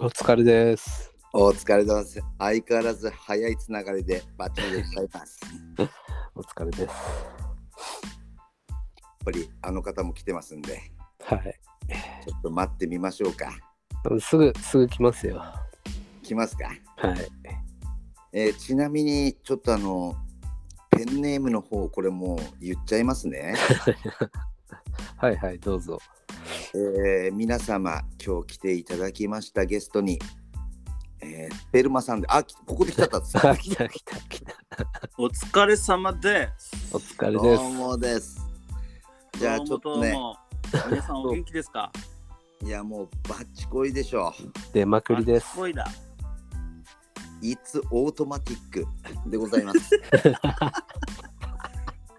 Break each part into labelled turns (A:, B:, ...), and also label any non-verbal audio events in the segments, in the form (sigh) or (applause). A: お疲れです。
B: お疲れ様です。相変わらず早いつながりでバッチリでございます。やっ
A: お疲れです。
B: ぱりあの方も来てますんで、
A: はい。
B: ちょっと待ってみましょうか。
A: すぐ、すぐ来ますよ。は
B: 来ますか。
A: い。
B: えーちなみに、ちょっとあの、ペンネームの方、これもう言っちゃいま
A: (laughs)
B: すね。
A: はいはい、どうぞ。 (laughs)
B: えー皆様、今日来ていただきましたゲストに、えー、ペルマさんで、あ、きここで来ちゃったんで
A: (laughs)
B: す。
A: あ来た来た来た。
C: お疲れ様です。
A: お疲れ
B: ど
A: で
B: う
A: す。
B: もです。じゃあちょっとね
C: どう、もどうも皆さんお元気ですか
B: いやもうバッチコイでしょう。
A: 出まくりです。
C: すごいだ。
B: いつオートマティックでございます。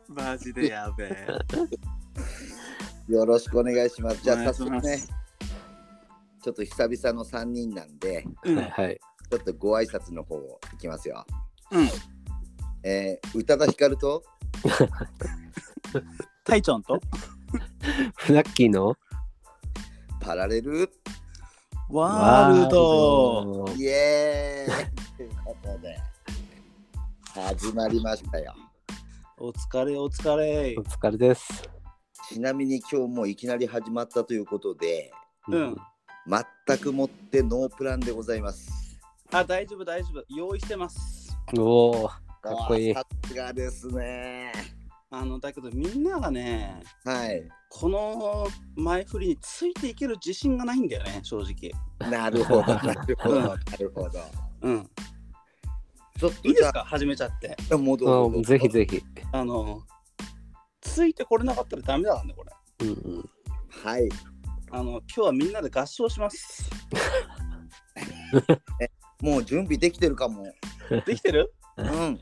C: マジでやべえ。
B: よろしくお願いします。じゃあ
C: お願
B: 早
C: いし
B: 速
C: ます
B: ね、ちょっと久々の3人なんで、
C: うん、う
A: はいはい。
B: ちょっとご挨拶の方をいきますよ。
C: ん。
B: えー、宇多田ヒカルと、
C: タイちゃんと
A: フナッキーの
B: パラレル、
C: ワールド。
A: ワール
B: イエーイということで、始まりましたよ。
C: お疲れお疲れ
A: ドお。疲れです。
B: ちなみに今日もいきなり始まったということで、
C: うん
B: 全くもってノープランでございます。
C: あ、大丈夫大丈夫。用意してます。
A: うん。おお、かっこいい
B: あ。ーさすがですね。
C: あの、だけどみんながね、
B: はい。
C: この前振りについていける自信がないんだよね、正直。
B: なるほど、なるほど、なるほど。
C: うん。
B: ちょっと
C: いい
B: じ
C: で
B: ゃ
C: す
B: あ
C: か始めちゃって。
B: もうどうぞど
A: う、
B: うんぞ
A: ぜひぜひ。
C: あの、ついてこれなかったらダメだからね、これ。
A: うんうん。
B: はい。
C: あの、今日はみんなで合唱します。
B: もう準備できてるかも。
C: できてる
B: うん。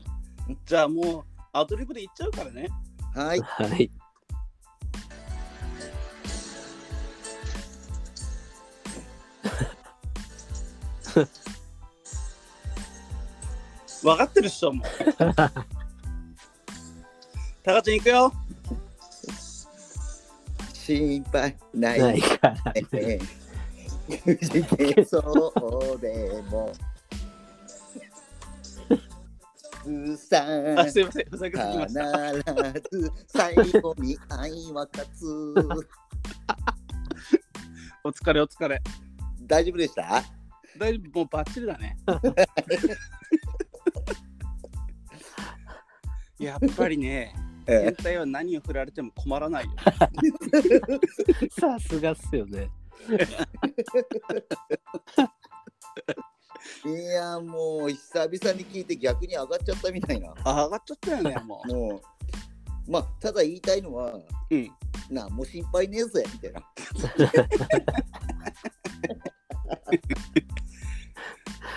C: じゃあもうアドリブでいっちゃうからね。
B: はい。
A: はい。
C: 分かってるっしょ、もう。タカちゃん行くよ。
B: 心配ない。
A: ない
B: (laughs)
A: から。
B: ええくじけそうでも。うさん。
C: あ、
B: 必
C: すいません、ふざけすぎました。
B: ず最後に愛は勝つ。
C: お疲れ、お疲れ。
B: 大丈夫でした
C: 大丈夫、もうバッチリだね。やっぱりね、
B: え
C: 変態は何を振られても困らないよ。
A: さすがっすよね。
B: えいや、もう久々に聞いて逆に上がっちゃったみたいな。
C: あ、上がっちゃったよね、も
B: もう。まあ、ただ言いたいのは、
C: う。うん。
B: なあ、もう心配ねえぜ、みたいな。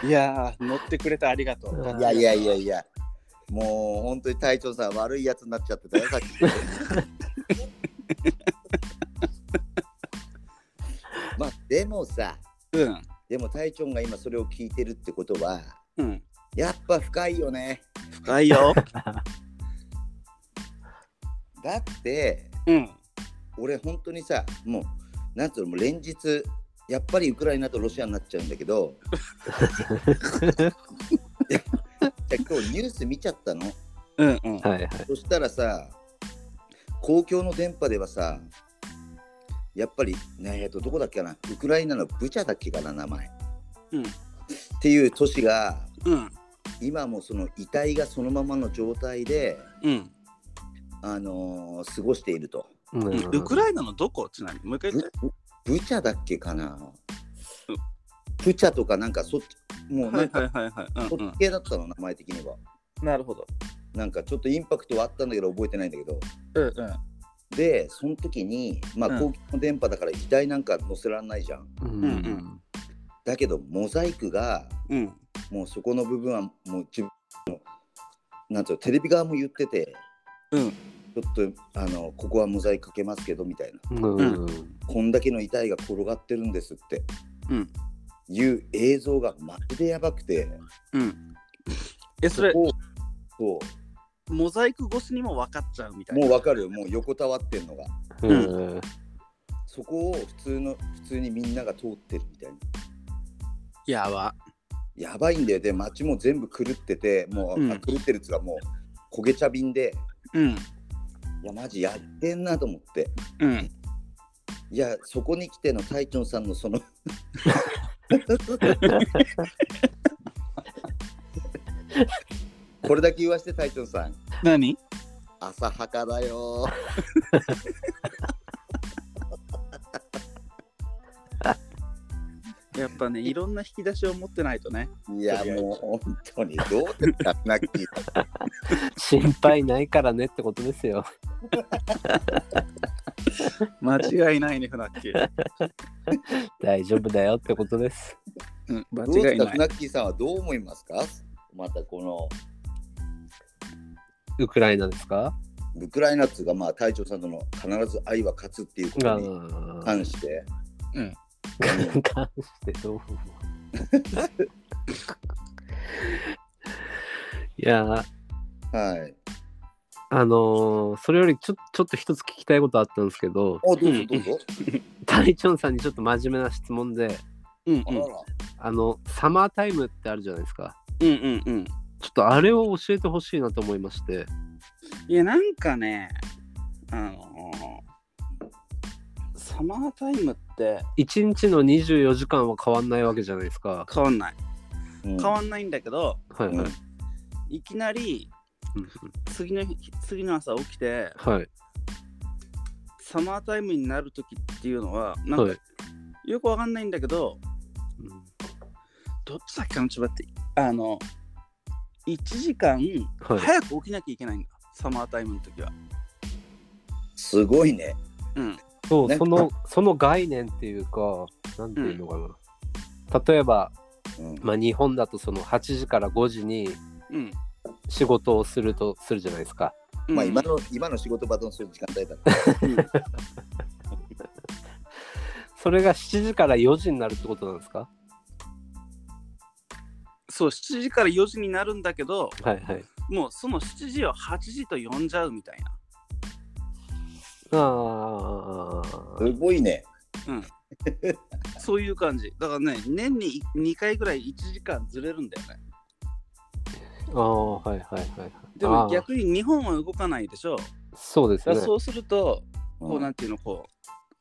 C: いやー、乗ってくれてありがとう。
B: いやいやいやいや、もう本当に隊長さん悪いやつになっちゃってた (laughs) よ、さっき。まあでもさ、
C: うん。
B: でも隊長が今それを聞いてるってことは、
C: うん。
B: やっぱ深いよね。
C: 深いよ。
B: だって、
C: うん。
B: 俺本当にさ、もう、なんつうの、もう連日、やっぱりウクライナとロシアになっちゃうんだけ (laughs) ど、じゃあ今日ニュース見ちゃったの。
C: うんうん。
A: はいはい。
B: そしたらさ、公共の電波ではさ、やっぱり、ね、えっと、どこだっけかな、ウクライナのブチャだっけかな、名前。
C: うん
B: っていう都市が、
C: うん。
B: 今もその遺体がそのままの状態で、
C: うん。
B: あのー過ごしていると。
A: うん
C: うんウクライナのどこちなみにもう一回言って。
B: ブチャだっけかな。ブチャとか、なんかそっち、もう
C: は
B: なん
C: い
B: か、
C: はいはいはい。
B: そ
C: うんう
B: っち系だったの、名前的には。
C: ん、なるほど。
B: なんかちょっとインパクトはあったんだけど、覚えてないんだけど。
C: うんうん。
B: で、その時に、まあ、
C: うん
B: 公共の電波だから遺体なんか載せられないじゃん。
A: うん
C: うん
A: うん。
B: だけどモザイクが
C: うん。
B: もうそこの部分はもう自分のなんていうのテレビ側も言ってて、
C: うん
B: ちょっとあのここはモザイクかけますけどみたいな
A: うん
B: こんだけの遺体が転がってるんですって、
C: うん
B: いう映像がまるでやばくて
C: うん。え、それ、
B: こうこ
C: モザイク越しにも分かっちゃうみた
B: う
C: い
B: も
C: な。
B: うわかるよもう横たわってんのが
A: うん。
B: そこを普通の普通にみんなが通ってるみたいな
C: やば。
B: やばいんだよで街も全部狂っててもう、
C: うん
B: あ狂ってるっつうかもう焦げ茶瓶で
C: うん。
B: いやマジやってんなと思って
C: うん。
B: いやそこに来てのタイチョンさんの
C: (laughs)
B: そのこれだけ言わしてタイチョンさん
C: 何
B: 浅はかだよ
C: やっぱね、いろんな引き出しを持ってないとね。
B: いや
C: とりあえず
B: もう本当にどうですかナッキー
A: 心配ないからねってことですよ。
C: 間違いないね、フナッ (laughs) キー。
A: 大丈夫だよってことです。
C: うん、
B: どう
C: (laughs) 間
B: で
C: 違い
B: すか
C: ない
B: フ。ナッキーさんはどう思いますかまたこの
A: ウクライナですか
B: ウクライナっつうかまあ隊長さんとの必ず愛は勝つっていうこ
A: あ
B: とに
A: ー
B: 関して、
C: うん
A: 関してどう思ういやー
B: はい
A: あのーそれよりちょちょっと一つ聞きたいことあったんですけど
B: あどうぞどうぞ、
A: タイチョンさんにちょっと真面目な質問で
C: うんうん
B: あらら
A: あのサマータイムってあるじゃないですか
C: うんうんうん。
A: ちょっとあれを教えてほしいなと思いまして
C: いや、なんかね、あのーサマータイムって
A: 1日の24時間は変わんないわけじゃないですか
C: 変わんない。
B: うん
C: 変わんないんだけど、
A: はいはい、
C: いきなり
A: うん
C: 次の日次の朝起きて、
A: はい
C: サマータイムになるときっていうのは、なん
A: は
C: か
A: い
C: よくわかんないんだけど、
A: うん
C: どっちだっけなちょっと待って、あの、1時間
A: はい
C: 早く起きなきゃいけないんだ、サマータイムの時は。
B: すごいね
C: うん。
A: そう、
B: ね
A: そのその概念っていうかなんていうのかな、例えば、
B: うん
A: まあ、日本だとその8時から5時に
C: うん。
A: 仕事をするとするじゃないですか
B: まあ
C: うん
B: 今の今の仕事バトンする時間帯だから
C: うん
A: それが7時から4時になるってことなんですか
C: そう、7時から4時になるんだけど、
A: はいはい
C: もうその7時を8時と呼んじゃうみたいな。
A: ああ
B: すごいね
C: そういう感じ。だからね、年に2回ぐらい1時間ずれるんだよね。
A: ああはいはいはいはい
C: でも
A: あー
C: 逆に日本は動かないでしょ。
A: そうです
C: だ
A: ね
C: からそうすると、こうなんんていうの、こ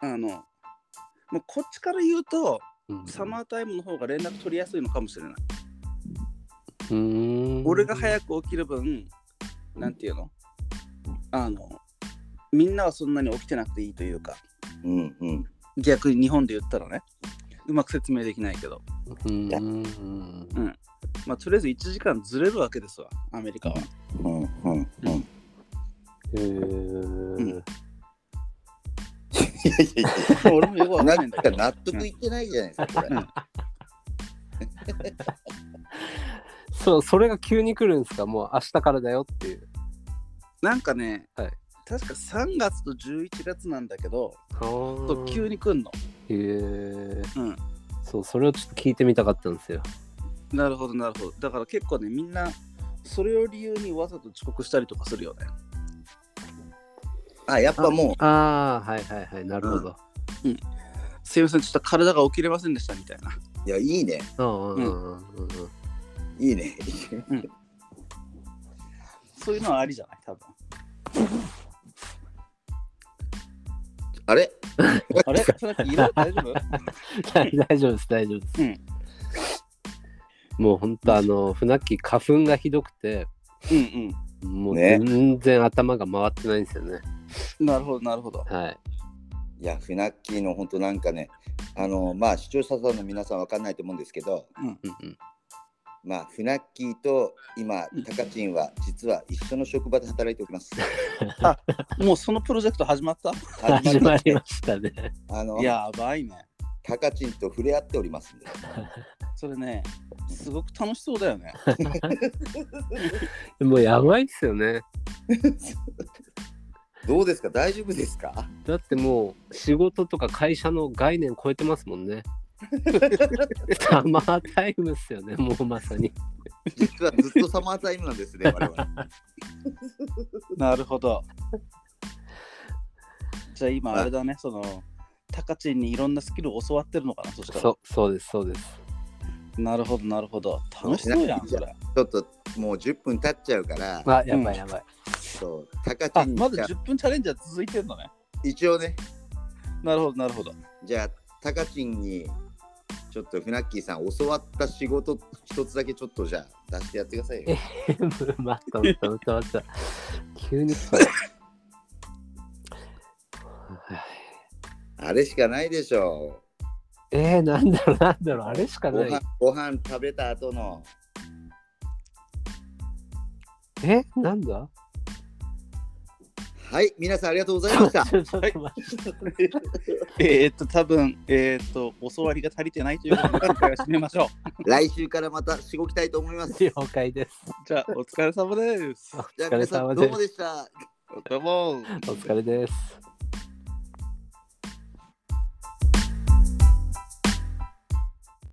C: う、あの、まあ、こっちから言うと、
A: うん
C: サマータイムの方が連絡取りやすいのかもしれない。
A: うーん
C: 俺が早く起きる分、なんていうのあの、みんなはそんなに起きてなくていいというか、
B: うんうん
C: 逆に日本で言ったらね、うまく説明できないけど。
A: うーん
C: まあ、とりあえず1時間ずれるわけですわ、アメリカは。
B: うんうんうん
A: へ
C: ん
A: ー
B: いやいやい
C: 俺もよく
B: や
C: わかん (laughs)
B: な
C: ないん
B: ん
C: だ
B: か
C: けど。
B: 納得いってないじゃないですかこれ
A: そうそれが急に来るんですかもう明日からだよっていう
C: なんかね、
A: はい
C: 確か3月と11月なんだけど、
A: と
C: 急に来んの。
A: へえ
C: うん
A: そうそれをちょっと聞いてみたかったんですよ
C: なるほど、なるほど。だから結構ね、みんな、それを理由にわざと遅刻したりとかするよね。
B: あやっぱも
A: ああはいはいはいなるほど、
C: すいません、ちょっと体が起きれませんでしたみたいな。
B: ういやいいね
A: うん、うんうんうん (laughs)
B: いいね
C: そういうのはありじゃない、多分。
B: あれ
C: あれそれ色大丈夫
A: 大大丈夫です大丈夫です、
C: うん
A: もうほんとあの船木花粉がひどくて
C: (laughs) うん
A: もう
B: ね
A: 全然頭が回ってないんですよね
C: うん。なるほど、なるほど。
A: はい
B: いやフナッキーの本当なんかねあのまあ視聴者さんの皆さんわかんないと思うんですけど
A: うんうん
B: まあフナッキーと今タカチンは実は一緒の職場で働いております
C: もうそのプロジェクト始まった
A: 始まり
B: ま
A: ましたね (laughs)
B: すあの
C: やばいね。
B: タカチンと触れ合っておりますんで
C: それね、すごく楽しそうだよ (laughs) ね。
A: もうやばいっすよね
B: どうですか大丈夫ですか (laughs)
A: だってもう仕事とか会社の概念超えてますも (laughs) んねサマータイムっすよねもうまさに
B: 実はずっとサマータイムな
A: (laughs)
B: んですね我々
C: なるほど。じゃあ今あれだね、その、タカチンにいろんなスキルを教わってるのかな、そしたら。
A: そうそうですそうです
C: なるほど、なるほど。楽しそうやん、それ。
B: ちょっともう10分経っちゃうから、
A: あ、やばいやばい。
B: そう、高
C: あ、
B: 知に
C: まだ
B: じゃあ
C: 10分チャレンジは続いてんのね。
B: 一応ね、
C: なるほど、なるほど。
B: じゃあ、高知にちょっとフナッキーさん教わった仕事一つだけちょっとじゃあ出してやってくださいよ。
A: 全部待った待った待った待った。急に来た。はい
B: あれしかないでしょ
A: えー、なんだろうなんだろうあれし
B: う。
A: か
B: ご
A: ない
B: 飯。ご飯食べた後の
A: えなんだ
B: はい、皆さんありがとうござ
A: (laughs)
B: いました。
A: ちょっと待って。
C: えー、っと、多分えー、っと、教わりが足りてないということで、今回は締めましょう。
B: 来週からまたしごきたいと思います。じ
A: 了解です。
C: じゃあ、お疲れ様です。
A: お
B: ゃあ
A: 疲れ
B: 皆さ
A: 様
B: んどう
A: で
B: も
A: す。
B: でした。
C: どうも。
A: お疲れです。